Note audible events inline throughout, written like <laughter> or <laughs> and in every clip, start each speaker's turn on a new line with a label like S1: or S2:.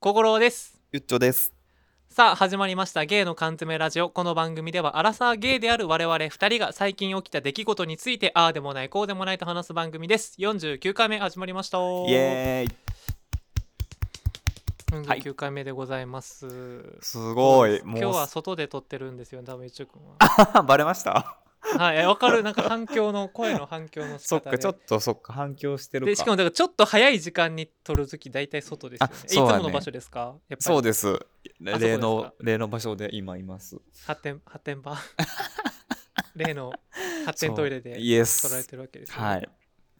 S1: 心です
S2: ゆっちょです。
S1: さあ始まりました「ゲイの缶詰ラジオ」この番組ではアラサーゲイである我々2人が最近起きた出来事についてああでもないこうでもないと話す番組です49回目始まりました
S2: イエーイ。はい
S1: 49回目でございます、
S2: すごい。
S1: 今日は
S2: も
S1: 外で撮ってるんですよね多分一応君は
S2: う <laughs> バレました。
S1: <laughs> はいえわかるなんか反響の声の反響の仕
S2: そっ
S1: 方
S2: か
S1: で
S2: ちょっとそっか反響してるか。
S1: でしかもだからちょっと早い時間に撮る時大体外ですよね
S2: あ
S1: え
S2: そうだね
S1: いつもの場所ですかやっぱり
S2: そうです。
S1: あそこ
S2: 例
S1: です
S2: の
S1: か
S2: 例の場所で今います。
S1: 発展発展場 <laughs> 例の発展トイレで
S2: そうイエ
S1: 撮られ
S2: ス。
S1: てるわけですよね、
S2: はい。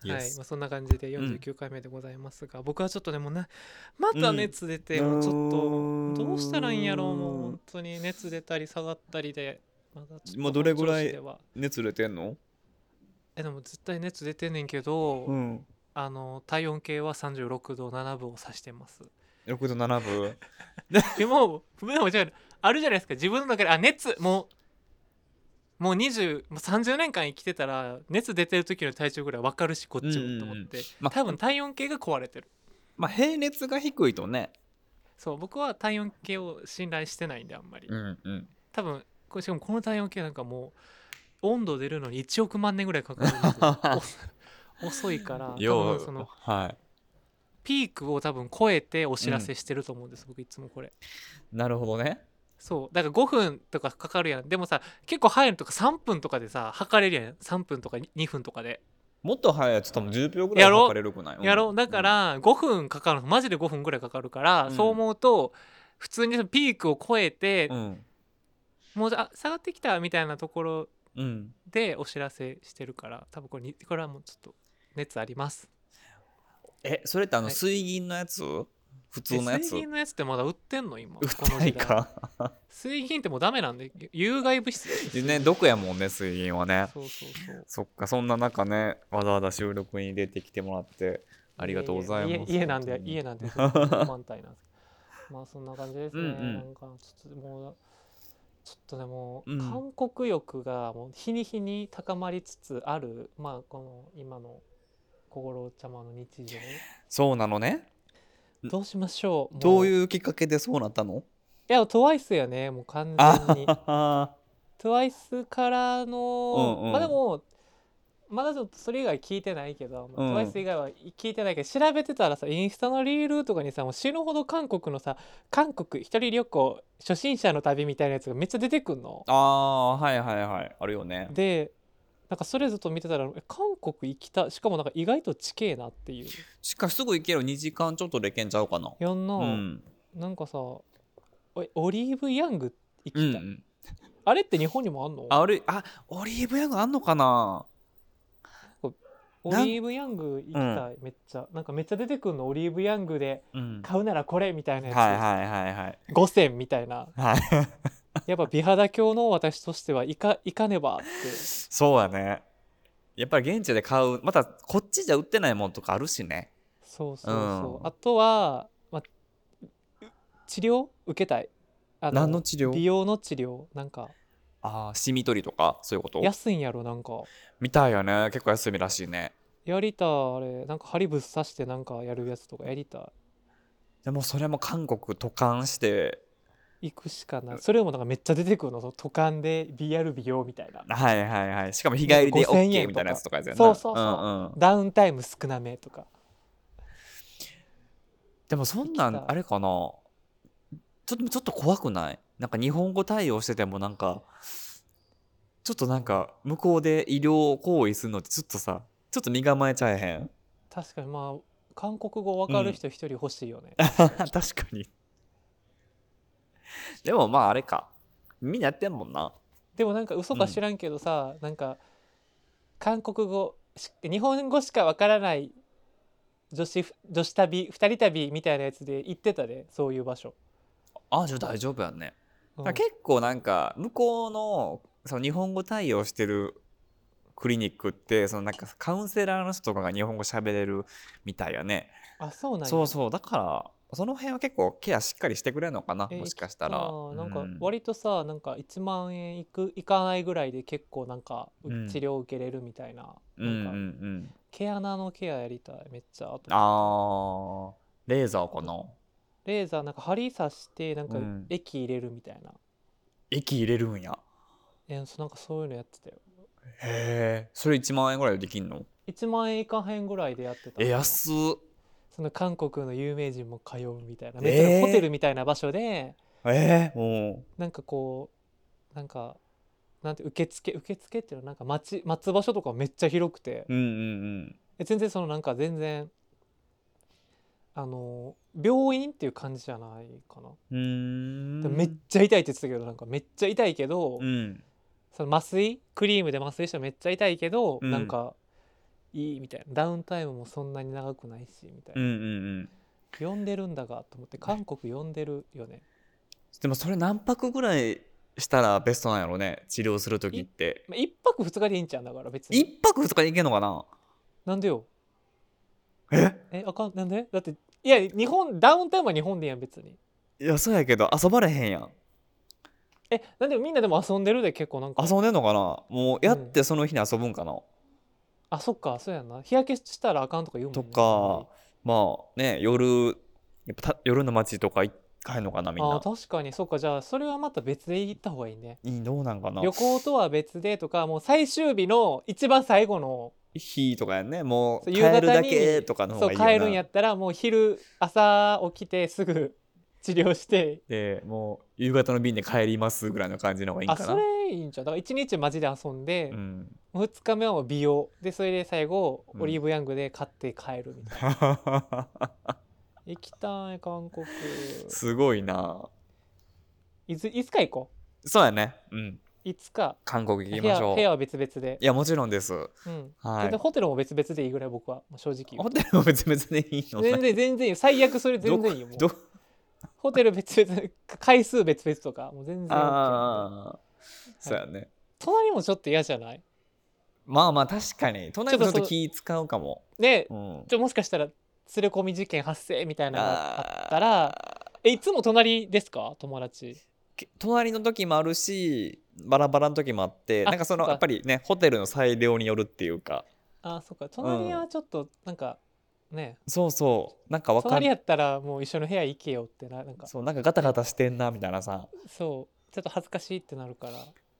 S2: イ
S1: は
S2: エ
S1: い
S2: ス
S1: まあ、そんな感じで
S2: ん
S1: 49回目でございますが、僕はちょっとねもうなまた
S2: うん
S1: 熱出て、もうちょっと
S2: うーん
S1: どうしたらいいんやろうもう本当に熱出たり下がったりでまだちょっと
S2: もうどれぐらい
S1: 本調子では
S2: 熱出てんの？
S1: えでも絶対熱出てんねんけど、
S2: うん。
S1: あの体温計は36度7分を指してます
S2: 六度七
S1: <laughs>
S2: 分。
S1: でもうでも違うあるじゃないですか自分の中であ熱もうもう20もう30年間生きてたら熱出てる時の体調ぐらい分かるしこっち
S2: うんうんうん
S1: もと思って、
S2: まあ
S1: 多分体温計が壊れてる
S2: まあ平熱が低いとね。
S1: そう僕は体温計を信頼してないんであんまり
S2: うんうん。
S1: 多分これしかもこの体温計なんかもう温度出るのに1億万年ぐらいかかるんですよお
S2: <laughs>
S1: 遅いから多
S2: よ
S1: 分その
S2: う。はい。
S1: ピークを多分超えてお知らせしてると思うんです、僕いつもこれ
S2: なるほどね。
S1: そうだから5分とかかかるやんでもさ結構早いのとか3分とかでさ測れるやん3分とか2分とかで
S2: もっと早いやつ多分10秒ぐらい
S1: やろ
S2: 測れるくないん
S1: やろうだから5分かかるのマジで5分ぐらいかかるから、
S2: うん
S1: そう思うと普通にそのピークを超えて
S2: う、ん。
S1: もうあ下がってきたみたいなところ
S2: うん。
S1: でお知らせしてるから多分これにこれはもうちょっと熱あります
S2: え、それってあの
S1: はい
S2: 水銀のやつ？普通のや
S1: で
S2: つ
S1: 水？銀のやつってまだ売ってんの今
S2: 売ってない
S1: この時代 <laughs>
S2: か。
S1: 水銀ってもうダメなんで有害物質です
S2: ね、毒やもんね、水銀はね。
S1: そうそうそう
S2: そっか、そんな中ね、わざわざ収録に出てきてもらって、ありがとうございます。
S1: 家家なん
S2: 本
S1: で
S2: 当に
S1: 家なんでちょっと満タイなん
S2: <laughs>
S1: ですけどまあそんな感じですね。
S2: うんうん
S1: なんかちょっともうちょっとでも、
S2: うん
S1: 韓国欲がもう日に日に高まりつつあるまあこの今の心ちゃまの日常
S2: そうなのね。
S1: どうしましょう。
S2: どう
S1: うい
S2: いうきっかけでそうなった <laughs> の
S1: やトワイスやねもう完全に。
S2: あ
S1: トワイスからの、
S2: うんうん
S1: まあでもまだちょっとそれ以外聞いてないけど、まあ
S2: うん
S1: トワイス以外は聞いてないけど調べてたらさインスタのリールとかにさもう死ぬほど韓国のさ韓国一人旅行初心者の旅みたいなやつがめっちゃ出てくんの。
S2: あー、はいはいはい。あるよね。
S1: でなんかそれずっと見てたらえ韓国行きたしかもなんか意外と地形なっていう
S2: しかしすぐ行ける2時間ちょっとで行けんちゃうかな。
S1: やんな、
S2: うん。
S1: なんかさおいオリーブヤング行き
S2: う
S1: た
S2: んう
S1: い、
S2: ん。
S1: あれって日本にもあんの
S2: ある、あ、オリーブヤングあんのかな
S1: オ
S2: なん
S1: リーブヤング行きたい、めっちゃなんかめっちゃ出てくんのオリーブヤングで
S2: うん。
S1: 買うならこれみたいな
S2: はい
S1: やつ、
S2: はいはいはい。
S1: 5000みたいな
S2: はい。
S1: やっぱ美肌鏡の私としてはいか <laughs> いかねばって
S2: そうだね。やっぱり現地で買う、またこっちじゃ売ってないもんとかあるしね。
S1: そうそうそう、
S2: うん
S1: あとは、まあ、治療受けたいあ
S2: 何の治療
S1: 美容の治療なんか
S2: ああ、シミ取りとか、そういうこと
S1: 安いんやろなんか
S2: みたいよね。結構休みらしいね。
S1: やりたいあれなんか針ぶっ刺してなんかやるやつとかやりた
S2: でもそれも韓国渡韓して、
S1: い行くしかないそれもなんかめっちゃ出てくるのその都間で BR 美容みたいな
S2: はいはいはい。しかも日帰りで
S1: 5000円
S2: OK みたいなやつとかやつやな
S1: そうそうそう
S2: うんうん
S1: ダウンタイム少なめとか
S2: でもそんな
S1: 行き
S2: ん
S1: た
S2: あ
S1: い
S2: れかな。ちょっとちょっと怖くないなんか日本語対応しててもなんか、ちょっとなんか向こうで医療行為するのってちょっとさ、ちょっと身構えちゃえへん
S1: 確かにまあ韓国語わかる人一人欲しいよね、
S2: <laughs> 確かに。でもまああれか。みんなやってんもんな。
S1: でもなんか嘘か知らんけどさ、なんか韓国語し日本語しかわからない女子女子旅二人旅みたいなやつで行ってたでそういう場所、
S2: ああ、じゃあ大丈夫やんね。
S1: うん
S2: だから結構なんか向こうのその日本語対応してるクリニックってそのなんかカウンセラーの人とかが日本語喋れるみたいやね
S1: あそうなんや
S2: そうそうだからその辺は結構ケアしっかりしてくれるのかな
S1: え
S2: もしかしたら
S1: あーなんか
S2: うん
S1: 割とさ、なんか1万円いくいかないぐらいで結構なんかう
S2: うん
S1: 治療受けれるみたいな,、
S2: うんうんう
S1: なんか
S2: ん
S1: 毛穴のケアやりたいめっちゃあと
S2: あーレーザーかな
S1: レーザーなんか針刺してなんか
S2: うん
S1: 液入れるみたいな、
S2: 液入れるんや
S1: えそなんかそういうのやってたよ
S2: へえそれ1万円ぐらいでできんの
S1: 1万円以下編ぐらいでやってた
S2: え安っ
S1: その韓国の有名人も通うみたいな
S2: えー
S1: めっちゃホテルみたいな場所で
S2: ええも
S1: なんかこうなんかなんて受付受付っていうのはなんか待ち待つ場所とかめっちゃ広くて
S2: ううんうんうん
S1: え全然そのなんか全然あの病院っていう感じじゃないかな、
S2: うーん
S1: でめっちゃ痛いって言ってたけどなんかめっちゃ痛いけど、
S2: うん
S1: その麻酔クリームで麻酔したらめっちゃ痛いけど、
S2: うん
S1: なんかいいみたいなダウンタイムもそんなに長くないしみたい
S2: うんう
S1: な、
S2: んうん
S1: 呼んでるんだがと思って韓国呼んでるよね
S2: でもそれ何泊ぐらいしたらベストなんやろね治療する時って
S1: まあ、1泊2日でいいんちゃうんだから別
S2: 一
S1: に
S2: 泊二日でいけんのかな
S1: なんでよ
S2: え
S1: えあかんなんでだっていや日本ダウンタイムは日本でいいやん別に
S2: いやそうやけど遊ばれへんやん
S1: えなんでみんなでも遊んでるで結構なんか
S2: 遊んでんのかなもうやってその日に遊ぶんかな、
S1: あそっかそうやんな日焼けしたらあかんとか言うもん
S2: と
S1: ね
S2: かまあね夜やっぱた夜の街とか行かへんのかなみん
S1: あ
S2: な
S1: ー確かにそっかじゃあそれはまた別で行った方がいいね
S2: いいどうなんかな
S1: 旅行とは別でとかもう最終日の一番最後の
S2: 日とかやんねもう
S1: そう
S2: 帰
S1: 夕方に
S2: るだけとかの方
S1: そう
S2: がいいよな
S1: 帰るんやったらもう昼朝起きてすぐ治療して
S2: でもう夕方の便で帰りますぐらいの感じの方がいいん
S1: あ
S2: かな
S1: それいいんちゃうだから一日マジで遊んで、
S2: うん、 <laughs>
S1: 2日目はもう美容でそれで最後
S2: うん
S1: オリーブヤングで買って帰る
S2: <laughs>
S1: みたいな、行きたい韓国
S2: すごいない
S1: ついつか行こ
S2: そうやねうん
S1: ういつか
S2: 韓国行き
S1: 部
S2: ま
S1: 屋
S2: しょう
S1: 部屋は別々で
S2: い、やもちろんですは
S1: うん全
S2: い
S1: 然ホテルも別々でいいぐらい僕はもう正直言
S2: ホ
S1: う
S2: テルも別々でいいの
S1: 全然全然いいよ最悪それ全然いいよもう
S2: どど
S1: ホテル別々回数別々とかもう全然 OK なんで
S2: ああそうやね
S1: 隣もちょっと嫌じゃない
S2: まあまあ確かに隣もちょっ
S1: ちょっと
S2: と
S1: そう
S2: 気使うかも
S1: ね
S2: うん
S1: ちょもしかしたら連れ込み事件発生みたいなのがあったら
S2: ら
S1: えいつも隣ですか友達
S2: 隣の時もあるしバラバラの時もあって
S1: あ
S2: なんかそ
S1: そ
S2: の
S1: うか
S2: やっぱりねホテルの裁量によるっていうか
S1: あそっか隣はちょっとなんか、ね
S2: そうそうなんかわか
S1: 隣や
S2: る
S1: ったらもう一緒の部屋行けよってななんかそ
S2: そうなんかガタガタしてんなみたいなさ
S1: うちょっと恥ずかしいってなるから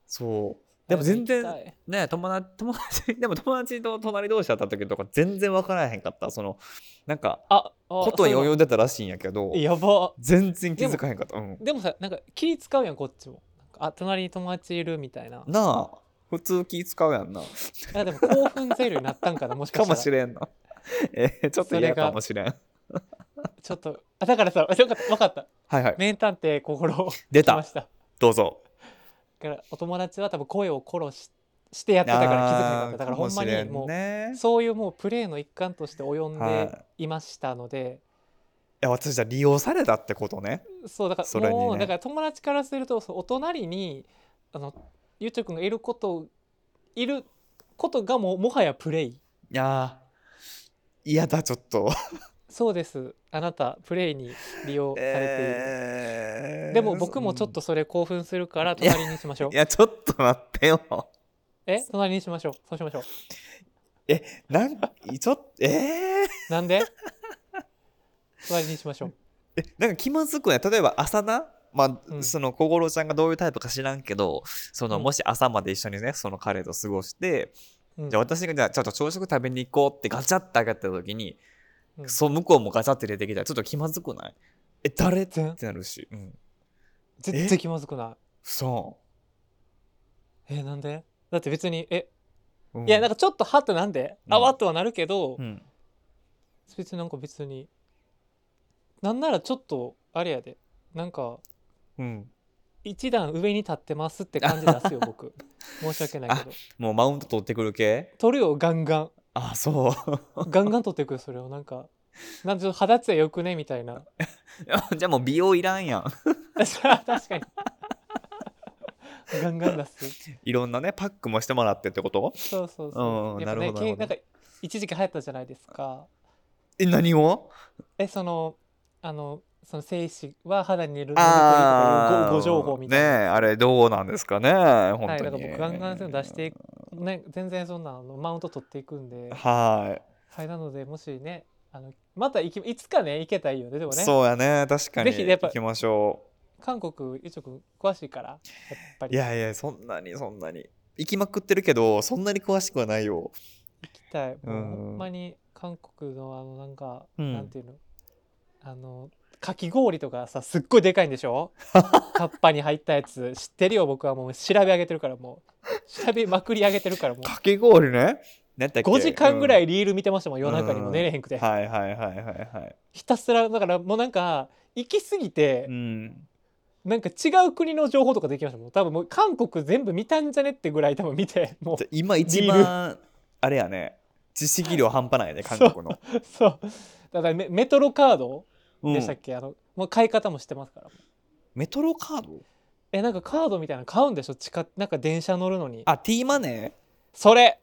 S2: そうでも全然
S1: あれ行きたい
S2: ね友達 <laughs> 友達でも友達と隣同士だった時とか全然分からへんかったそのなんか
S1: ああ
S2: ことに
S1: そう
S2: 及んでたらしいんやけど
S1: やば
S2: 全然気づかへんかった、うん、
S1: でもさなんか気使うやんこっちもなんかあ隣に友達いるみたいな
S2: なあ普通気使うやん
S1: <laughs>
S2: な
S1: あでも興奮ゼロになったんかなもしか
S2: か
S1: したら
S2: もしれんな <laughs> えーちょっと嫌かもしれん
S1: ちょっとあだからさ分かった分かった
S2: はいはい
S1: 名探偵心を
S2: 出
S1: 来ま
S2: た
S1: しただ
S2: どうぞ
S1: からお友達は多分声を殺ししてやってたから気づかなかっただから
S2: あー
S1: ほんまにも
S2: かしれ
S1: う
S2: ねい
S1: そういうもうプレーの一環として及ん
S2: は
S1: でいましたので、
S2: や私じゃあ利用されたってことね
S1: そうだか
S2: そ
S1: ら
S2: れにね
S1: もうだから友達からするとそうお隣にあのゆうちょくんがいることいることがもうもはやプレイ
S2: いやー嫌だちょっと
S1: そうですあなたプレイに利用されている、
S2: えー
S1: でも僕もちょっとそれ興奮するから隣にしましょう
S2: いやちょっと待ってよ
S1: え隣にしましょうそうしましょう
S2: なんかちょっとえー <laughs>
S1: なんで隣にしましょう
S2: えなんか気まずくない例えば朝なまあ、
S1: うん
S2: その小五郎ちゃんがどういうタイプか知らんけどその
S1: うん
S2: もし朝まで一緒にねその彼と過ごして、
S1: うん
S2: じゃあ私がじゃあちょっと朝食食べに行こうってガチャって上がった時に、
S1: うん
S2: そう向こうもガチャって出てきたらちょっと気まずくないえ誰っ
S1: 全
S2: てなるし、うん、
S1: 絶対気まずくな
S2: そ
S1: いえなんでだって別にえ
S2: う、
S1: いやなんか
S2: か
S1: ちょっとはっとなんで、
S2: うん
S1: あわっとはなるけど、
S2: うん、
S1: 別になんか別になんならちょっとあれやでなんか
S2: うん、
S1: 一段上に立ってますって感じ出すよ僕申し訳ないけど
S2: もうマウント取ってくる系
S1: 取るよガンガン
S2: あそう <laughs>
S1: ガンガン取ってくるそれをなんかなんていうの肌ツヤよくねみたいな
S2: じゃあもう美容いらんやん
S1: 確かにガンガン出す
S2: いろんなねパックもしてもらってってこと
S1: そうそう
S2: う
S1: そ
S2: ん
S1: うやっぱ
S2: なる
S1: ね
S2: ほどなる
S1: け
S2: ほど
S1: なんか一時期流行ったじゃないですか
S2: え何を
S1: えそのあのその精子は肌に塗るのでこういうとかいう
S2: あ
S1: ごご情報みたいな、
S2: ねえあれどうなんですかね本当に、
S1: はい、だから僕ガンガンそういうの出していく、ね、全然そんなあのマウント取っていくんで、
S2: はい
S1: はい、なのでもしねあのまた行きいつかね行けたらいいよねでもね
S2: そうやね確かに
S1: ぜひやっぱ
S2: 行きましょ
S1: 韓国一応君詳しいからやっぱ
S2: うい
S1: り行
S2: やいやそんなにそんなに行きまくってるけどそんなに詳しくはないよ
S1: きたい、
S2: うん
S1: もうほんまに韓国のあのなんか、
S2: うん
S1: なんていうのあのかき氷とかさすっごいでかいんでし
S2: <laughs>
S1: ょカッパに入ったやつ知ってるよ僕はもう調べ上げてるからもう調べまくり上げてるからもう
S2: かき氷ねなんだっけ
S1: 5時間ぐら
S2: う
S1: いリール見てましたもん、夜中にも寝れへんくて、
S2: んはいはいはいはいはい
S1: ひたすらだからもうなんか行き過ぎて、
S2: うん
S1: なんか違う国の情報とかできましたもん多分もう韓国全部見たんじゃねってぐらい多分見ても
S2: じゃ今一
S1: リ
S2: 番あれやね知識量半端ないね韓国の
S1: う <laughs> そうだからメメトロカード
S2: う
S1: <laughs>
S2: ん
S1: でしたっけ、あのもう買い方もしてますから
S2: メトロカード
S1: えなんかカードみたいなの買うんでしょ地下なんか電車乗るのに
S2: あ T マネ
S1: それ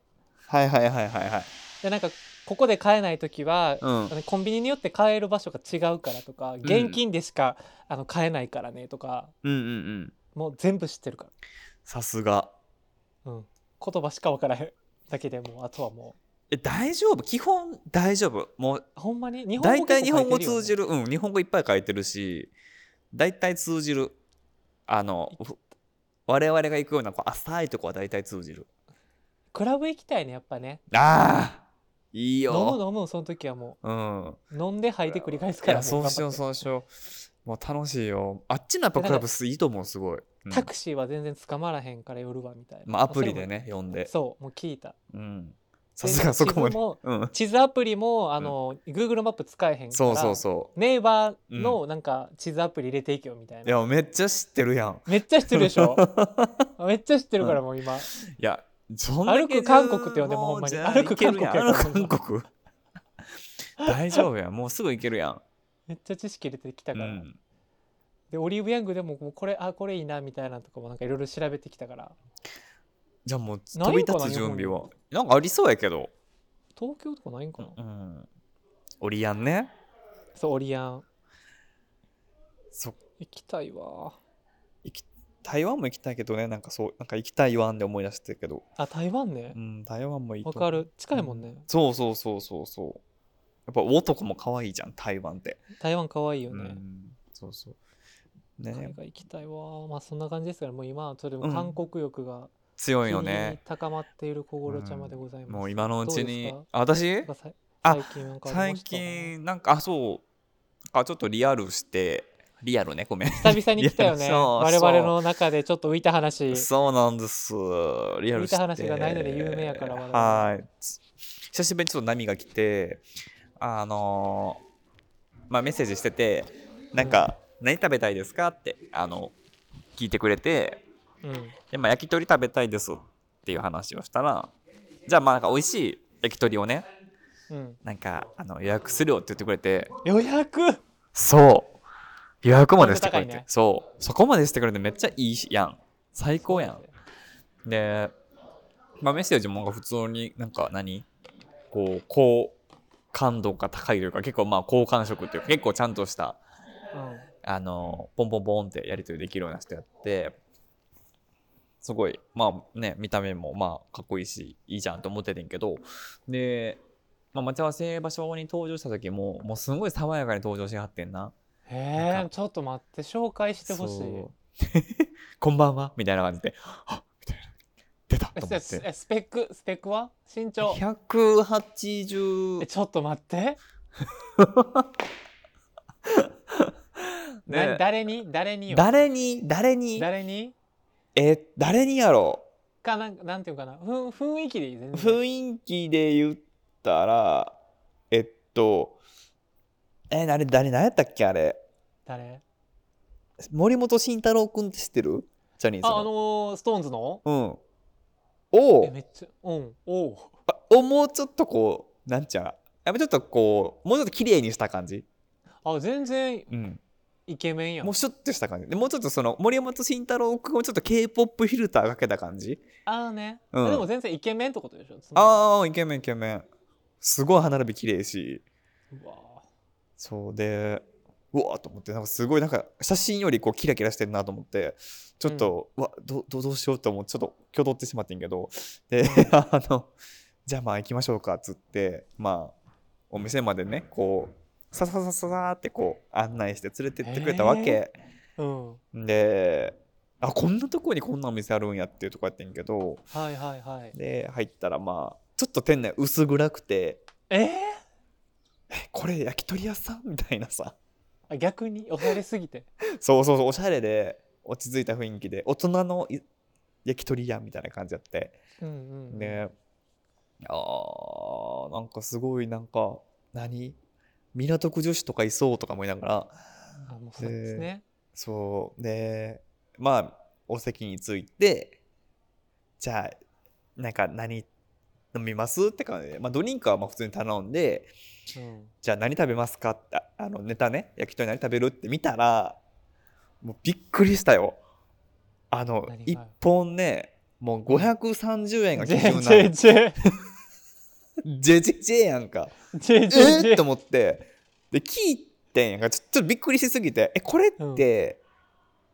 S2: ーはいはいはいはいはい
S1: でなんかここで買えない時は、
S2: うん
S1: あのコンビニによって買える場所が違うからとか現金でしか、あの買えないからねとか
S2: うんうんうん
S1: もう全部知ってるか
S2: さすが
S1: ら、うん、言葉しか分からへんだけでもうあとはも
S2: え大丈夫基本大丈夫もう
S1: うほんまに日本語
S2: 大体日本語
S1: 結構書
S2: 通
S1: いて
S2: じ
S1: る
S2: るうん日本語いっぱい書いてるし大体通じるあのふ我々が行くようなこう浅いとこは大体通じる
S1: よねクラブ行きたいねやっぱね
S2: ああいい
S1: 飲む
S2: よ
S1: 飲むその時はも
S2: うん
S1: う飲んで吐いて繰り返す
S2: い
S1: から
S2: やそう
S1: もう頑張っ
S2: してようそうしようもう楽しいよあっちのやっぱクラブスいいと思うすごい、うん
S1: タクシーは全然捕まらへんから夜はみたいな、
S2: まあ、アプリで
S1: ね
S2: ね呼んで
S1: そうもう聞いた
S2: うんさ
S1: です
S2: がそこ
S1: 地
S2: ま
S1: 図
S2: で
S1: も
S2: うん
S1: 地図アプリもあの、Google マップ使えへんから
S2: そうそうそ
S1: ネイバーのなんか地図アプリ入れていけよみたいう
S2: い
S1: な、
S2: やめっちゃ知ってるやん
S1: めっちゃ知ってるでし
S2: <laughs>
S1: ょめっちゃ知ってるからもう今、
S2: いや、そん
S1: 歩く韓国って呼んでもほんまに歩く韓国や
S2: や
S1: から
S2: 韓国。 <laughs> 大丈夫やん、もうすぐ行けるやん。
S1: めっちゃ知識入れてきた
S2: う
S1: から、
S2: ん、
S1: でオリーブヤングでももうこれあこれいいなみたいなのとかもなんかいろいろ調べてきたから
S2: じゃあもう
S1: ない
S2: 飛
S1: ん
S2: び
S1: かな
S2: 立つ準備
S1: 日
S2: は
S1: 本。
S2: なんかありそうやけど。
S1: 東京とかないんかな、
S2: うん。オリアンね。
S1: そうオリアン
S2: そ
S1: 行きたいわ
S2: 台湾も行きたいけどね、なんかそう、なんか行きたい湾で思い出してるけど。
S1: あ台湾ね
S2: うん、台湾もいいと
S1: わ
S2: 思
S1: か
S2: う。
S1: る近いもんね、
S2: うそうそうそうそうそう。やっぱ男も可愛いじゃん、台湾って。
S1: 台湾可愛いよ
S2: う
S1: ね、
S2: ん、そうそう。ね
S1: 海、外行きたいわまあそんな感じですからもう今はとて
S2: う
S1: も
S2: ん
S1: 韓国欲が
S2: 強い
S1: 日
S2: よ
S1: に日に
S2: ね。
S1: 高まっている小五郎ちゃまでございます、
S2: もう今のうちに
S1: どうです。
S2: あ私
S1: なんかさい
S2: あ
S1: 最近なんかあり
S2: 最
S1: ました
S2: 近なんかあそうあちょっとリアルしてリアルねごめん
S1: 久々に来たよ
S2: い
S1: ね
S2: やそう
S1: 我々の中でちょっと浮いた話
S2: <laughs> そうなんですリアルして
S1: 見た話がないので有名やから我々
S2: はいつ久しぶりにちょっと波が来てあのーまあメッセージしててなんか、何食べたいですかってあの聞いてくれて
S1: うん
S2: で、まあ、焼き鳥食べたいですっていう話をしたらじゃあまあなんか美味しい焼き鳥をね
S1: うん
S2: なんかあの予約するよって言ってくれて
S1: 予約
S2: そう。予約までしてくれ
S1: 高
S2: て、
S1: いね
S2: そう。そこまでしてくれてめっちゃいいやん。最高やん。で、まあ、メッセージもなんか普通になんか何こう、高感度が高いというか、結構まあ好感触というか、結構ちゃんとした、あの、ポンポンポンってやり取りできるような人やって、すごい、まあね、見た目もまあかっこいいし、いいじゃんと思っててんけど、で、まあ、待ち合わせ場所に登場した時も、もうすごい爽やかに登場しはってんな。
S1: うんへ
S2: なん
S1: え
S2: か
S1: ちょっと待って紹介してほしい
S2: そう <laughs> こんばんはみたいな感じで、あみたいな。出た
S1: え
S2: と思っ
S1: せ
S2: て。
S1: えスペックスペックは身長え
S2: 180
S1: ちょっと待って、な
S2: <laughs> ね
S1: 誰に誰によ
S2: 誰に誰に
S1: 誰に
S2: え誰にやろ
S1: かなんかなんていうかなふん雰囲気でいい全
S2: う
S1: 然
S2: 雰囲気で言ったらえっとえあれ誰何やったっけあれ
S1: 誰
S2: 森本慎太郎君って知ってるジャニーズ
S1: ああ
S2: の
S1: のー、ストーンズの
S2: うん
S1: え
S2: を
S1: めっちゃうんおう
S2: をもうちょっとこうなんちゃやっぱちょっとこうもうちょっと綺麗にした感じ
S1: あ全然
S2: うん
S1: イケメンやん
S2: もうシュッとした感じでもうちょっとその森本慎太郎君をちょっと k p o p フィルターかけた感じ
S1: ああね、
S2: うん
S1: でも全然イケメンってことでしょつま
S2: ああイケメンイケメンすごい歯並び綺麗し
S1: りうわー
S2: そうでうわーと思ってなんかすごいなんか写真よりこうキラキラしてるなと思ってちょっと、うわどどどうしようと思ってちょっと挙動って <laughs> しまってんけどであのじゃあまあ行きましょうかっつってまあお店までねこうさささささってこう案内して連れてってくれたわけ、
S1: うん
S2: であこんなとこにこんなお店あるんやっていうとこやってんけど
S1: はいはいはい
S2: で入ったらまあちょっと店内薄暗くて
S1: えー
S2: えこれ焼き鳥屋さんみたいなさ
S1: あ、逆におしゃれすぎて
S2: そうそうそうおしゃれで落ち着いた雰囲気で大人のい焼き鳥屋みたいな感じやって
S1: うんうんうん
S2: ねあーなんかすごいなんか何港区女子とかいそうとか思いながら
S1: あもうそうですね、
S2: そうでまあお席についてじゃあなんか何飲みますって感じで、まあ、ドリンクはまあ普通に頼んで
S1: うん、
S2: じゃあ何食べますかってああのネタね焼き鳥何食べるって見たらもうびっくりしたよあの
S1: 何が
S2: 1本ねもう530円が
S1: ジ
S2: 基準
S1: <laughs> ェ
S2: な
S1: ジ
S2: の
S1: ェジェ
S2: ジェジェジェやんか。
S1: ジェジェジ
S2: えっ
S1: ェ
S2: と思って。で、聞いてんやんか。ちょちょっとびっくりしすぎて。え、これって、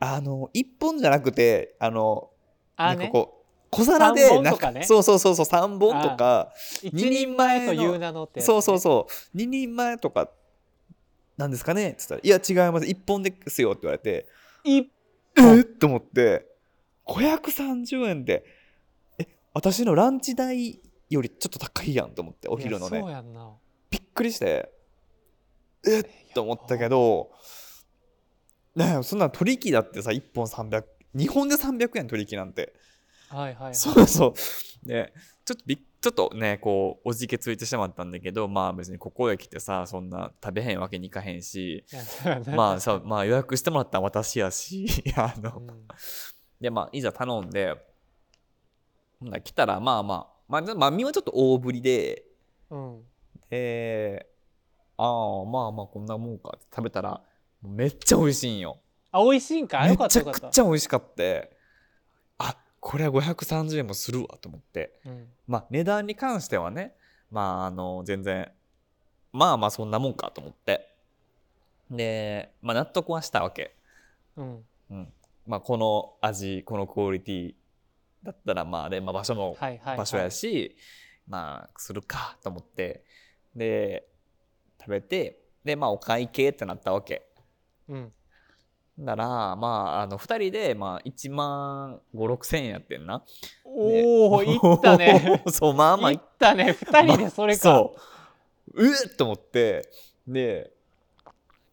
S2: あの、一本じゃなくて、あの、
S1: あ
S2: なん
S1: ね
S2: かこう、小皿で、
S1: 三本
S2: な
S1: と
S2: ん
S1: かね
S2: そうそうそうそう、3本とか、
S1: 一
S2: 二
S1: 人
S2: 人前
S1: という
S2: の、
S1: 名のってやつね
S2: そうそうそう、2人前とか、なんですかねって言ったら、いや違います、1本ですよって言われて、
S1: 一
S2: えっと思って、530円で、え、私のランチ代よりちょっと高いやんと思って、お昼の
S1: いや
S2: ね
S1: そ。うやんな
S2: びっくりしてえっと思ったけどねえそんな取引だってさ1本300日本で300円取引なんて
S1: はいはいはい
S2: そうそうねちょっとびっちょっとねこうおじけついてしまったんだけどまあ別にここへ来てさそんな食べへんわけにいかへんし
S1: いやそうやな
S2: まあさまあ予約してもらったのは私やし <laughs> あ
S1: う
S2: の
S1: ん
S2: でまあいざ頼んでほんなら来たらまあまあまあまあ身はちょっと大ぶりで
S1: うん
S2: えー、ああまあまあこんなもんかって食べたらもうめっちゃ美味しいんよ
S1: あ美味しいんか
S2: め
S1: よかっ
S2: ち
S1: た
S2: ゃ
S1: よかっ
S2: く
S1: た
S2: ちゃ美味しかってあこれは530円もするわと思って
S1: うん
S2: まあ値段に関してはねまああの全然まあまあそんなもんかと思ってでまあ納得はしたわけ、
S1: うん
S2: うん、まあこの味このクオリティだったらまあで、まあ、場所も
S1: はいはいはい
S2: 場所やし、まあするかと思ってで食べてでまあお会計ってなったわけ
S1: うん
S2: ならまああの2人でまあ1万5 6千円やってんな
S1: おおいったね
S2: <laughs> そうまあまあ
S1: いったね二人でそれか、
S2: そううえっと思ってで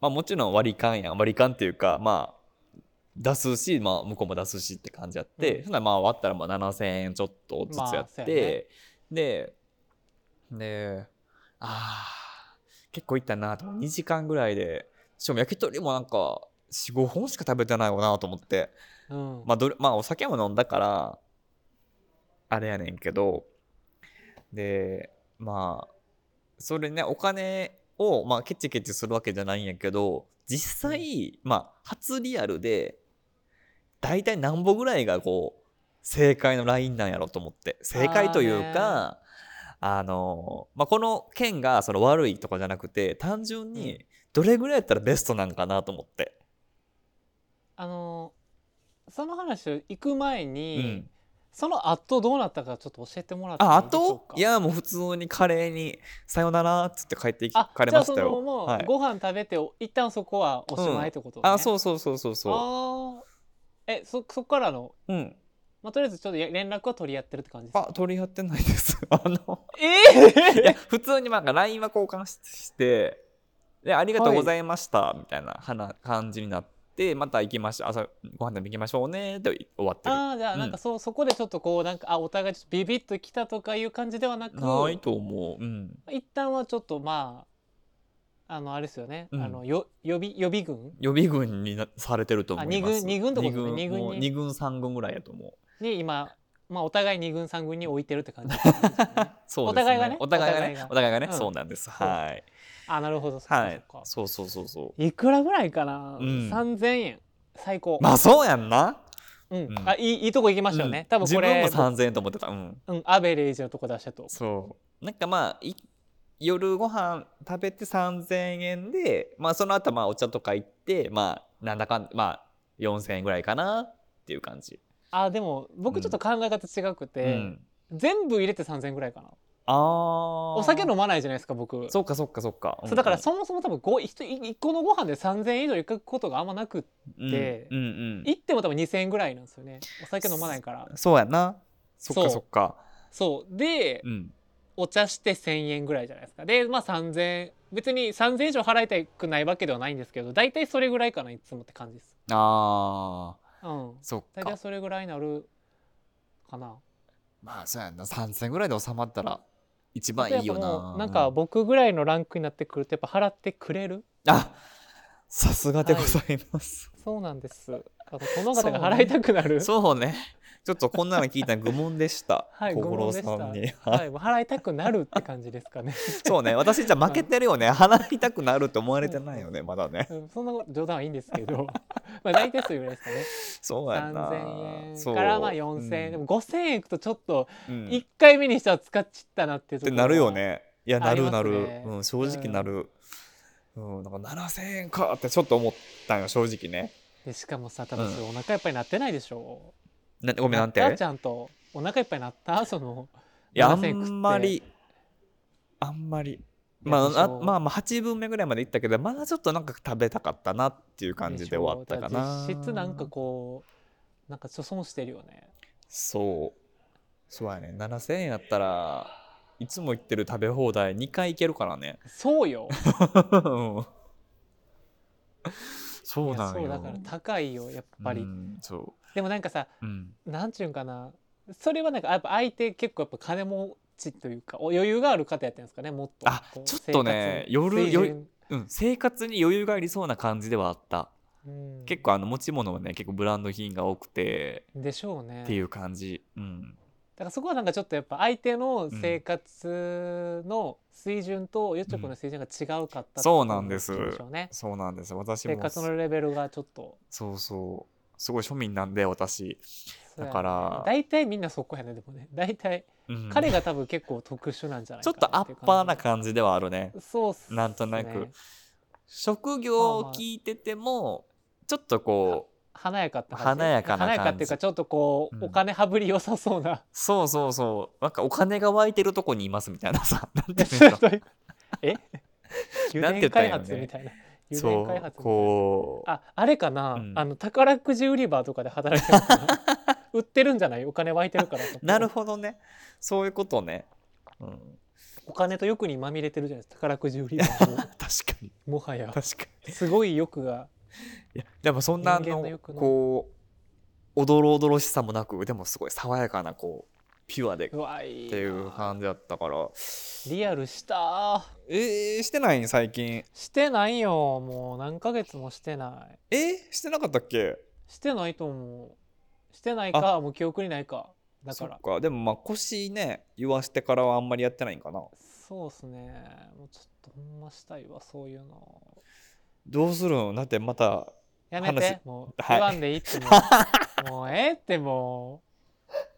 S2: まあもちろん割り勘やん割り勘っていうかまあ出すし、まあ、向こうも出すしって感じやって、
S1: うん
S2: そんならまあ割ったらまあ7000円ちょっとずつやって、
S1: まあそうやね
S2: でであー結構いったなと2時間ぐらいでしかも焼き鳥もなんか45本しか食べてないよなと思って。
S1: うん
S2: まあどれまあ、お酒も飲んだからあれやねんけどでまあそれねお金を、まあ、ケチケチするわけじゃないんやけど実際、まあ初リアルで大体何歩ぐらいがこう正解のラインなんやろと思って正解というかあの、まあ、この件がその悪いとかじゃなくて単純
S1: う
S2: にどれぐらいやったらベストなんかなと思って。
S1: あのーその話を行く前に、
S2: うん
S1: その後どうなったかちょっと教えてもらっていい
S2: あ、あ
S1: でしょ
S2: と
S1: うか
S2: いや、もう普通にカレーに、さよならっつって帰ってき
S1: あ
S2: 帰れました
S1: じゃあその
S2: よ。
S1: もう、
S2: はい
S1: ご飯食べてお一旦そこはおしまいってことね、
S2: あ、そううそうそうそうそ
S1: あーえそそっからの
S2: う。うん。
S1: まあ、とりあえずちょっとや連絡は取り合ってるって感じです
S2: あ、
S1: か
S2: 取り合ってないです。 <laughs> あの、
S1: え
S2: いや、普通になんか LINE は交換しして、で、ありがとうございました、みたいな話感じになって、また行きましょう、朝ご飯でも行きましょうね、で終わってる。
S1: ああじゃあなんかそう、そこでちょっとこうなんかあお互いちょっとビビッときたとかいう感じではなく
S2: ないと思う。うん。
S1: 一旦はちょっとまああのあれですよね、
S2: うん
S1: あのよ予備予備軍
S2: 予備軍になされてると思いま
S1: あ
S2: す。
S1: 二軍二軍ってことね
S2: 二
S1: 二
S2: 軍
S1: 軍に
S2: もう二軍三軍ぐらいやと思う。
S1: に今、まあ、お互い二軍三軍に置いてるって感じですね
S2: そう
S1: お互いがね
S2: お互いがね。お
S1: お
S2: 互いがね。
S1: うん
S2: そうなんです。はい。
S1: あなるほどそっか
S2: は
S1: そ
S2: い
S1: っか、。
S2: そうそうそうそう。
S1: いくらぐらいかな、
S2: うん
S1: 三千円最高、
S2: まあそうやんな。
S1: うん
S2: うん
S1: あいいいいとこ行きましたよね、多分これ
S2: 自分も三千円と思ってた。うん。
S1: うん、アベレージのとこ出したと
S2: そう。なんかまあい夜ご飯食べて三千円で、まあその後まあお茶とか行って、まあなんだかんまあ四千円ぐらいかなっていう感じ。
S1: あでも僕ちょっと考え方違くて、
S2: うん。
S1: 全部入れて3000ぐらいかな
S2: ああ
S1: お酒飲まないじゃないですか僕
S2: そっかそっかそっか
S1: そうだからそもそも多分ご一人一個のご飯で3,000円以上いくことがあんまなく
S2: うん
S1: で
S2: うんうん
S1: 行っても多分2,000円ぐらいなんですよねお酒飲まないから
S2: そうやなそ
S1: そ
S2: っか
S1: う
S2: そっか
S1: そうで
S2: うん
S1: お茶して1,000円ぐらいじゃないですかでまあ3,000円別に3,000円以上払いたくないわけではないんですけど大体それぐらいかないつもって感じです
S2: あー
S1: うん
S2: そっ
S1: 大体
S2: か
S1: それぐらいになるかな
S2: まあそうやんな3000ぐらいで収まったら一番いい
S1: や
S2: よ
S1: っぱも
S2: な
S1: うなんか僕ぐらいのランクになってくるとやっぱ払ってくれる
S2: あさすがでございます、
S1: そうなんですだからこの方が払いたくなる
S2: そうねちょっとこんなの聞いたら愚問でした、
S1: はい、
S2: 小
S1: ご
S2: 五
S1: 問
S2: 郎
S1: でし
S2: さ
S1: た。
S2: んに、
S1: はい、払いたくなるって感じですか
S2: <laughs>
S1: ね。
S2: そうね私じゃ負けてるよね払いたくなるって思われてないよねまだね
S1: うんそんなこと冗談はいいんですけど、 <laughs> まあ大体そういうぐらいですかね。
S2: そうやな
S1: 3000
S2: そ
S1: 円
S2: う
S1: からまあ4000円、でも5000円いくとちょっと
S2: うん
S1: 1回目にしては使っちったなっていう
S2: っ
S1: と
S2: て
S1: ころ
S2: なるよ。ねいやな
S1: あり
S2: る
S1: ま
S2: な
S1: すね
S2: る、うん、正直なる、うんなんか7,000円かってちょっと思ったんよ正直ね
S1: でしかもさ、多分それお腹いっぱいになってないでしょ。
S2: なごめんなんて
S1: なったちゃんとお腹いっぱいになった <laughs> その。
S2: いやあ
S1: 7000円食って
S2: んまりあんまり
S1: いや
S2: まあ
S1: でし
S2: な
S1: ょう
S2: まあまあ8分目ぐらいまでいったけどまだちょっとなんか食べたかったなっていう感じで終わったか
S1: でしょ
S2: な
S1: だら実質なんかこうなんかちょっと損してるよね。
S2: そうそうやね7,000円やったらいつも行ってる食べ放題2回行けるからね <laughs>
S1: そうよ。
S2: うんそう
S1: い
S2: な
S1: やそ
S2: んよ
S1: うだから高いよやっぱり。
S2: うんそ
S1: でもなんかさ
S2: ううん
S1: なんちゅうんかなそれはなんかやっぱ相手結構やっぱ金持ちというかお余裕がある方やったんですかねもっと
S2: あ
S1: こう
S2: ちょっとね
S1: 生活の
S2: 夜
S1: 水準
S2: うん、生活に余裕がありそうな感じではあった、
S1: うん
S2: 結構あの持ち物はね結構ブランド品が多くて
S1: でしょうね
S2: っていう感じ、うん、
S1: だからそこはなんかちょっとやっぱ相手の生活の水準とヨチョコの水準が違うかったって
S2: そうなんです
S1: ことなんでしょうね
S2: そうなんです私
S1: 生
S2: も
S1: 活のレベルがちょっと
S2: そうそうすごい庶民なんで私、だから
S1: 大体みんなそこやねでもね大体
S2: うん
S1: 彼が多分結構特殊なんじゃない
S2: ちょ
S1: か
S2: っとア
S1: な
S2: ッパーな
S1: っていう
S2: 感じではあるね
S1: 感じそうっすね
S2: なんとなく職業を聞いててもちょっとこう
S1: 華やかって感じ
S2: 華やかな感じ
S1: 華やかっていうかちょっとこう、
S2: うん
S1: お金羽振り良さそう
S2: <laughs>
S1: な
S2: そうそうそうなんかお金が湧いてるとこにいますみたい
S1: <laughs>
S2: なさなんていうんですか
S1: そういうえ
S2: <laughs> な
S1: 油
S2: んて言
S1: 田
S2: ったら
S1: 開
S2: いいのね
S1: 発みたいな油
S2: そ
S1: 田開発みたいな
S2: うこう
S1: ああれかな、
S2: うん
S1: あの宝くじ売り場とかで働いてるのか
S2: <laughs>
S1: な売ってるんじゃないお金湧いてるから
S2: なる
S1: ど
S2: ほどねそういうことね、うん、
S1: お金と欲にまみれてるじゃないですか宝くじ売り場
S2: <laughs>
S1: も
S2: 確かに
S1: もはや
S2: 確かに
S1: すごい欲が
S2: いやでもそんなあ
S1: 人間
S2: の
S1: の欲の
S2: こうおどろおどろしさもなくでもすごい爽やかなこうピュアでっ
S1: うわいい
S2: ていう感じだったから
S1: リアルした
S2: えー、してないん最近
S1: してないよもう何ヶ月もしてない
S2: えー、してなかったっけ
S1: してないと思うしてないかもう記憶にないかだ
S2: そ
S1: か
S2: っ
S1: ら
S2: かでもまあ腰ね言わしてからはあんまりやってないんかな
S1: そうっすねもうちょっとほんましたいわそういうの
S2: どうするんだってまた
S1: やめて
S2: 話
S1: もう
S2: はい
S1: 言わんでいいっても
S2: <laughs>
S1: うもうええってもう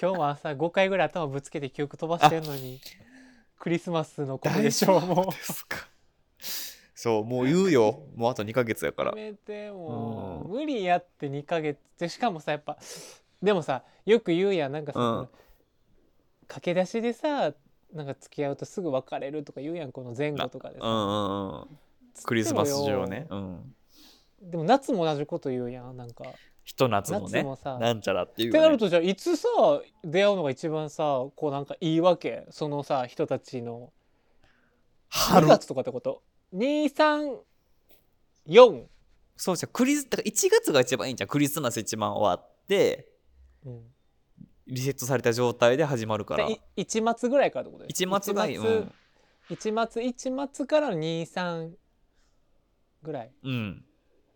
S1: 今日も朝5回ぐらい頭ぶつけて記憶飛ばしてんのにクリスマスのことでしょうも
S2: ですかそうもう言うよもうあと2ヶ月やか
S1: <laughs> うや
S2: ら
S1: めてもう
S2: う
S1: 無理やって2ヶ月でしかもさやっぱでもさよく言うやんなんかさ、
S2: うん
S1: 駆け出しでさなんか付き合うとすぐ別れるとか言うやんこの前後とかで
S2: う
S1: さ、
S2: んうんうんクリスマス上ねうん
S1: でも夏も同じこと言うやんなんか
S2: ひと夏の
S1: 夏
S2: ね
S1: もさ
S2: なんちゃらっていう
S1: っ
S2: よ
S1: て
S2: ね、
S1: なるとじゃあいつさ出会うのが一番さこうなんかいいわけそのさ人たちの
S2: 春
S1: 2月とかってこと234、
S2: そうじゃんクリスだから1月が一番いいんじゃんクリスマス一番終わって
S1: うん、
S2: リセットされた状態で始まるから
S1: でい一末ぐらいからってことです
S2: 1月がいい
S1: 一
S2: う
S1: 末
S2: ん、
S1: 一末一末からの23ぐらい
S2: うん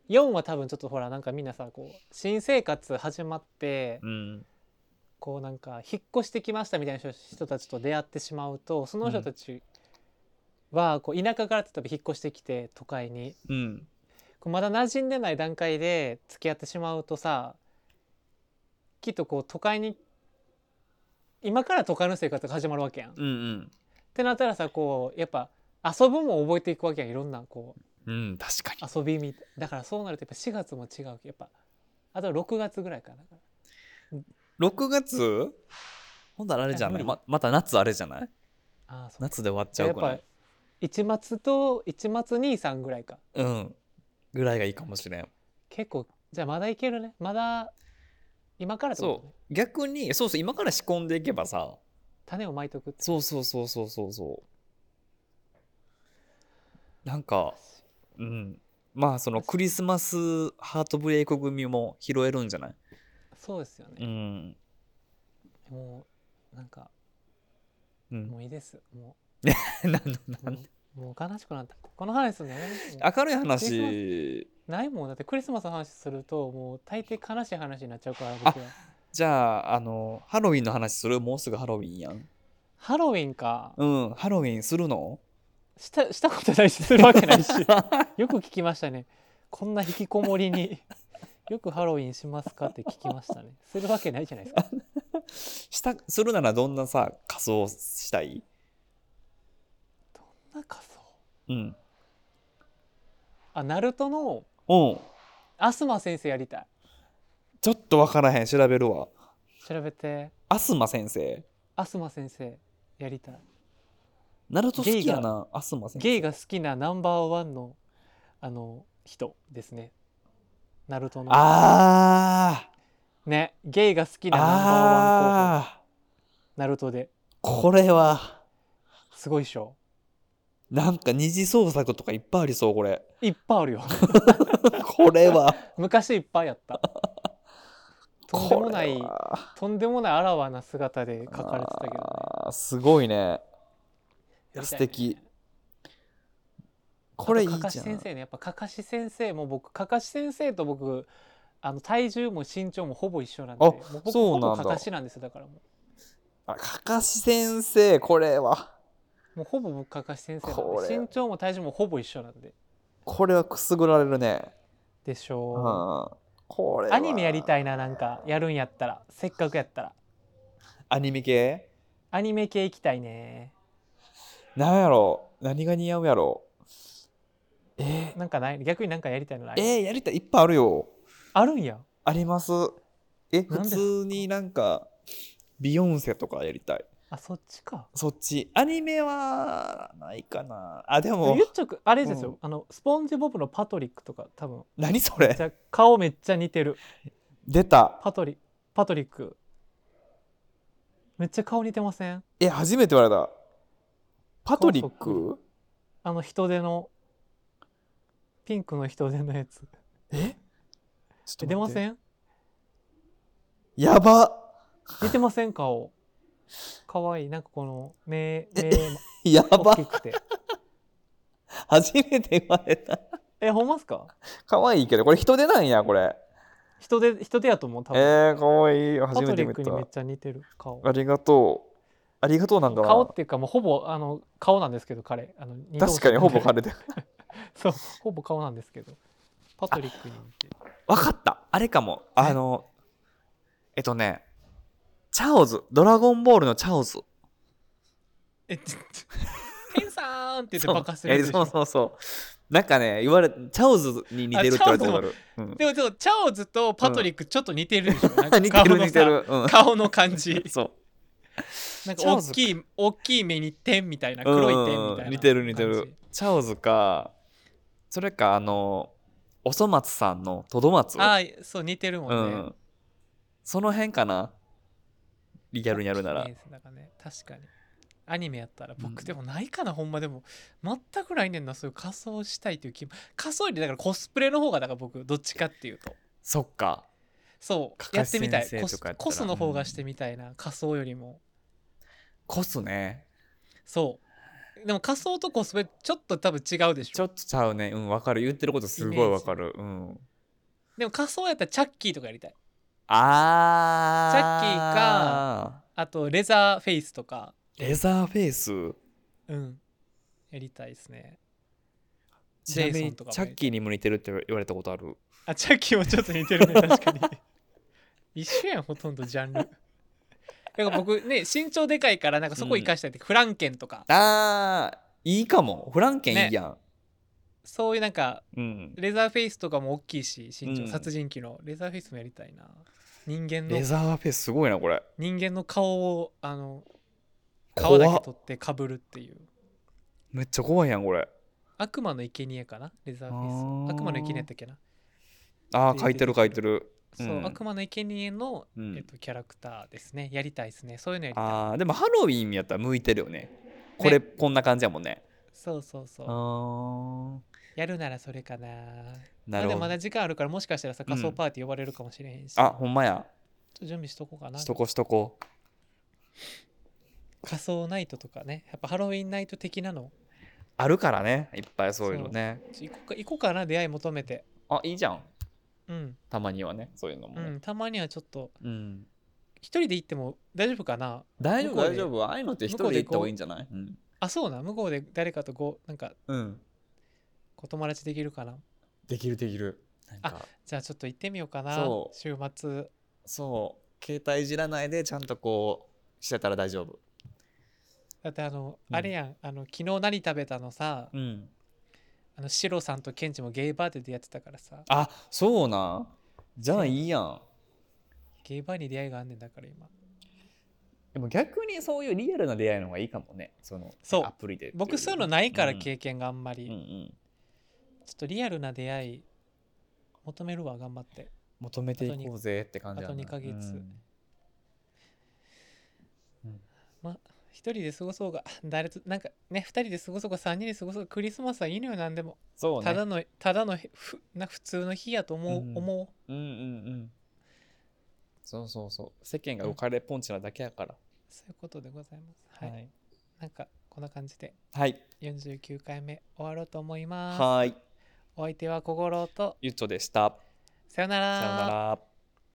S1: 4は多分ちょっとほらなんかみんなさこう新生活始まって
S2: うん、
S1: こうなんか引っ越してきましたみたいな人人たちと出会ってしまうとその人たちはこう田舎から例えば引っ越してきて都会に
S2: うん、
S1: こうまだ馴染んでない段階で付き合ってしまうとさきっとこう都会に今から都会の生活が始まるわけやん。っ
S2: うんうん
S1: てなったらさこうやっぱ遊ぶも覚えていくわけやんいろんなこう
S2: うん確かに
S1: 遊びみだからそうなるとやっぱ4月も違うやっぱあと6月ぐらいかな。
S2: 6月ほんだらあれじゃない
S1: いや無
S2: ままた夏あれじゃない
S1: ああそっか
S2: 夏で終わっち
S1: じ
S2: ゃ
S1: ゃあや
S2: う
S1: っ
S2: くら
S1: ぱ
S2: い
S1: 一松と一松兄さんぐらいか
S2: うんぐらいがいいかもしれん
S1: 結構じゃあまだいけるねまだ今からってこと
S2: そ
S1: ね
S2: う逆にそうそう今から仕込んでいけばさ
S1: 種をまいとくって
S2: そうそうそうそうそうそうなんかうんまあそのクリスマスハートブレイク組も拾えるんじゃない
S1: そうですよ
S2: う
S1: ね、
S2: ん
S1: もうなんか
S2: うん
S1: もういいですも
S2: <laughs> なん
S1: う
S2: なん
S1: もうもう悲しくなったこの話するのやめます
S2: 明るい話
S1: ないもんだってクリスマスの話するともう大抵悲しい話になっちゃうから僕は
S2: じゃああのハロウィンの話するもうすぐハロウィンやん
S1: ハロウィンか、
S2: うんハロウィンするの <laughs>
S1: したしたことないしするわけないしよく聞きましたねこんな引きこもりによくハロウィンしますかって聞きましたねするわけないじゃないですか
S2: したするならどんなさ仮装したい
S1: なんかそう
S2: うん
S1: あナルトの
S2: うん
S1: アスマ先生やりたい
S2: ちょっとわからへん調べるわ
S1: 調べて
S2: アスマ先生
S1: アスマ先生やりたい
S2: ナルト好きやなアスマ先生
S1: ゲイが好きなナンバーワンのあの人ですねナルトの
S2: あ
S1: ねゲイが好き
S2: ー
S1: なナンバーワン候補
S2: あ
S1: ナルトで
S2: ーこれは
S1: すごいっしょ
S2: なんか二次創作とかいっぱいありそうこ
S1: <laughs>
S2: れ
S1: いっぱいあるよ
S2: これは
S1: 昔いっぱいあったとんでもない
S2: これは
S1: とんでもないあらわな姿で描かれてたけどね
S2: あーすごいね
S1: やりたいね
S2: 素敵
S1: こ
S2: これ
S1: れ
S2: い
S1: い
S2: い
S1: い
S2: じ
S1: じゃ
S2: ゃん
S1: 先生ねやっぱかかし先生も僕かかし先生と僕あの体重も身長もほぼ一緒なんで
S2: あ
S1: もう僕
S2: そうなんだ
S1: ほぼかかしなんですよだからも
S2: あかかし先生これは
S1: うもうほぼ僕かかし先生
S2: こ
S1: なん
S2: れ
S1: で身長も体重もほぼ一緒なんで
S2: これはくすぐられるね
S1: でし
S2: うん
S1: ょ
S2: これ
S1: うアニメやり
S2: い
S1: たいななんかやるんやったらせっかくやったら
S2: アニメ系
S1: アニメ系行きたいね
S2: なんやろ何が似合うやろえ
S1: なんかない逆になんかやりたいのな
S2: ー、
S1: い
S2: えー、やりたいいっぱいあるよ
S1: あるんや
S2: ありますえ
S1: 何
S2: 普
S1: ですか
S2: 通になんかビヨンセとかやりたい
S1: あそっちか
S2: そっちアニメはないかなあでも
S1: ゆっちょくあれですよ、
S2: うん
S1: あのスポンジボブのパトリックとか多分
S2: 何そ
S1: じ
S2: れ
S1: ゃあ顔めっちゃ似てる
S2: 出た
S1: パトリパトリックめっちゃ顔似てません
S2: え初めて言われたパトリック
S1: あの人手のピンクの人手のやつ
S2: えちょっと
S1: 出ま
S2: 待って
S1: せん
S2: やば
S1: 似てません顔かわいいなんかこの目目
S2: や
S1: 大
S2: ば
S1: きくて
S2: 初めて言われた
S1: えほんますか
S2: 可愛いけどこれ人手なんやこれ
S1: 人手人手やと思う多分、
S2: えー、可愛い
S1: パ
S2: 初
S1: ト
S2: め
S1: リ
S2: て
S1: ッ
S2: 見
S1: クにめったちゃ似てる顔
S2: ありがとうありがとうなんだ
S1: 顔
S2: な
S1: っていうかもうほぼあの顔なんですけど彼あの二等身
S2: 確かにほぼ枯れてる
S1: <laughs> そうほぼ顔なんですけどパトリックに似て
S2: <laughs>
S1: る
S2: わかったあれかもあのえっとねチャオズドラゴンボールのチャオズ
S1: えちょちょ天さんって言って
S2: そう
S1: 爆発するやつでし
S2: そ
S1: ょ
S2: うそうそうなんかね言われチャオズに似てるって言われたことある、うん
S1: でもでもチャオズとパトリックちょっと似てるでしょ、なんか
S2: <laughs> 似て
S1: 顔の
S2: る
S1: さ
S2: 似てる、うん、
S1: 顔の感
S2: <laughs>
S1: じ
S2: そう
S1: なんか
S2: チャオ
S1: 大
S2: ズ
S1: きい大きい目に点みたいな黒い点みたいな感
S2: うん
S1: じ
S2: 似てる似てるチャオズかそれかあのおそ松さんのとど松
S1: ああそう似てるも
S2: うん
S1: ね、
S2: んその辺かなリアルにやるなら
S1: いいですなんかね確かにアニメやったら
S2: う
S1: 僕
S2: ん
S1: でもないかな、ほんまでも全くないねんなそういう仮装したいという気も仮装よりだからコスプレの方がだから僕どっちかっていうと
S2: そっか
S1: そう
S2: かかし
S1: やってみたい
S2: 先生
S1: コ
S2: と
S1: ス
S2: かやったら
S1: コスの方がしてみたいな、仮装よりも
S2: コスね
S1: そうでも仮装とコスプレちょっと多分違うでしょ
S2: ちょっとちゃうねうんわかる言ってることすごいわかるうん
S1: でも仮装やったらチャッキーとかやりたい
S2: あ
S1: チャッキーかあとレザーフェイスとか
S2: レザーフェイス
S1: うんやりたいですね
S2: ちなみ
S1: ジェイソ
S2: に
S1: ン
S2: チ
S1: とかも
S2: ャッキーにも似てるって言われたことある
S1: あチャッキーもちょっと似て
S2: <laughs>
S1: るね確かに一緒やんほとんどジャンルだから僕ね身長でかいからなんかそこ生かしたいって、フランケンとか
S2: あーいいかもフランケンいいやん、
S1: そういうなんか
S2: うん
S1: レザーフェイスとかも大きいし身長、
S2: うん
S1: 殺人鬼のレザーフェイスもやりたいな人間の
S2: レザーフェイスすごいなこれ
S1: 人間の顔をあの皮だけ取ってかぶるっていう
S2: めっちゃ怖いやんこれ
S1: 悪魔の生贄かなレザーフ
S2: あ
S1: ェイス
S2: ー
S1: 悪魔の生贄やったっけな、
S2: ああ
S1: で
S2: 書いてる書いてる
S1: そううん悪魔の生贄の、
S2: うん
S1: えっと、キャラクターですねやりたいですねそういうのやりたい
S2: あーでもハロウィンやったら向いてるよねこれこんな感じやもんね
S1: そうそうそう
S2: あ
S1: やるならそれかな
S2: ー
S1: ま
S2: な
S1: あ
S2: る
S1: でも
S2: ほ
S1: ま
S2: ど
S1: だ時間あるからもしかしたらさ
S2: うん
S1: 仮想パーティー呼ばれるかもしれへんし、
S2: あほんまや
S1: ちょっと準備しとこうかな
S2: しとこしとこ
S1: 仮想ナイトとかねやっぱハロウィンナイト的なの
S2: あるからねいっぱいそういうのね
S1: ちょ行こうか行こうかな出会い求めて
S2: あいいじゃん
S1: うん
S2: たまにはねそういうのも
S1: う
S2: ね
S1: んたまにはちょっと
S2: うん
S1: 一人で行っても大丈夫かな
S2: 大丈
S1: 向
S2: 夫
S1: こう
S2: 大
S1: で
S2: 丈夫ああいうのって一人で行った方がいいんじゃないうん
S1: あそうな向こうで誰かとごなんか
S2: うん
S1: こう友達できるかな
S2: できるできるなん
S1: かじゃあちょっと行ってみようかな
S2: そう
S1: 週末
S2: そう携帯いじらないでちゃんとこうしてたら大丈夫
S1: だってあの、
S2: うん
S1: あれやんあの昨日何食べたのさ
S2: うん
S1: あのシロさんとケンジもゲイバーで出会ってたからさ
S2: あそうなんじゃあいいやん
S1: ゲイバーに出会いがあんねんだから今
S2: でも逆にそういうリアルな出会いの方がいいかもねその
S1: そう
S2: アプリで
S1: 僕そういうのないから
S2: うん
S1: 経験があんまり、
S2: うんう
S1: ちょ
S2: ん
S1: っとリアルな出会い求めるわ頑張って
S2: 求めていこうぜって感じや
S1: あ
S2: な
S1: とにあとにヶ月
S2: うん
S1: 一人で過ごそうが <laughs> 誰となんかね二人で過ごそうが三人で過ごそうがクリスマスはいいのよなんでも、
S2: そうね
S1: ただのただのへふな普通の日やと思う、
S2: うん
S1: 思う
S2: うんうんうんそうそうそう世間が浮かれポンチなだけやから、
S1: そういうことでございますはい、
S2: はい
S1: なんかこんな感じで
S2: はい
S1: 49回目終わろうと思います
S2: はーい
S1: お相手は小五郎と
S2: ゆっちょでした
S1: さよなら
S2: さよなら